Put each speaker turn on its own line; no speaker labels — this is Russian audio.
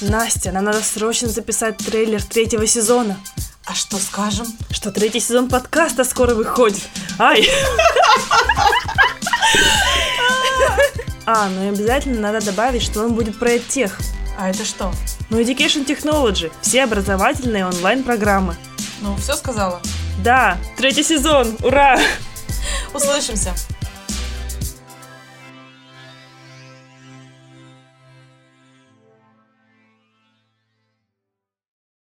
Настя, нам надо срочно записать трейлер третьего сезона.
А что скажем?
Что третий сезон подкаста скоро выходит. Ай! А, ну и обязательно надо добавить, что он будет про тех.
А это что?
Ну, Education Technology. Все образовательные онлайн-программы.
Ну, все сказала.
Да, третий сезон. Ура!
Услышимся.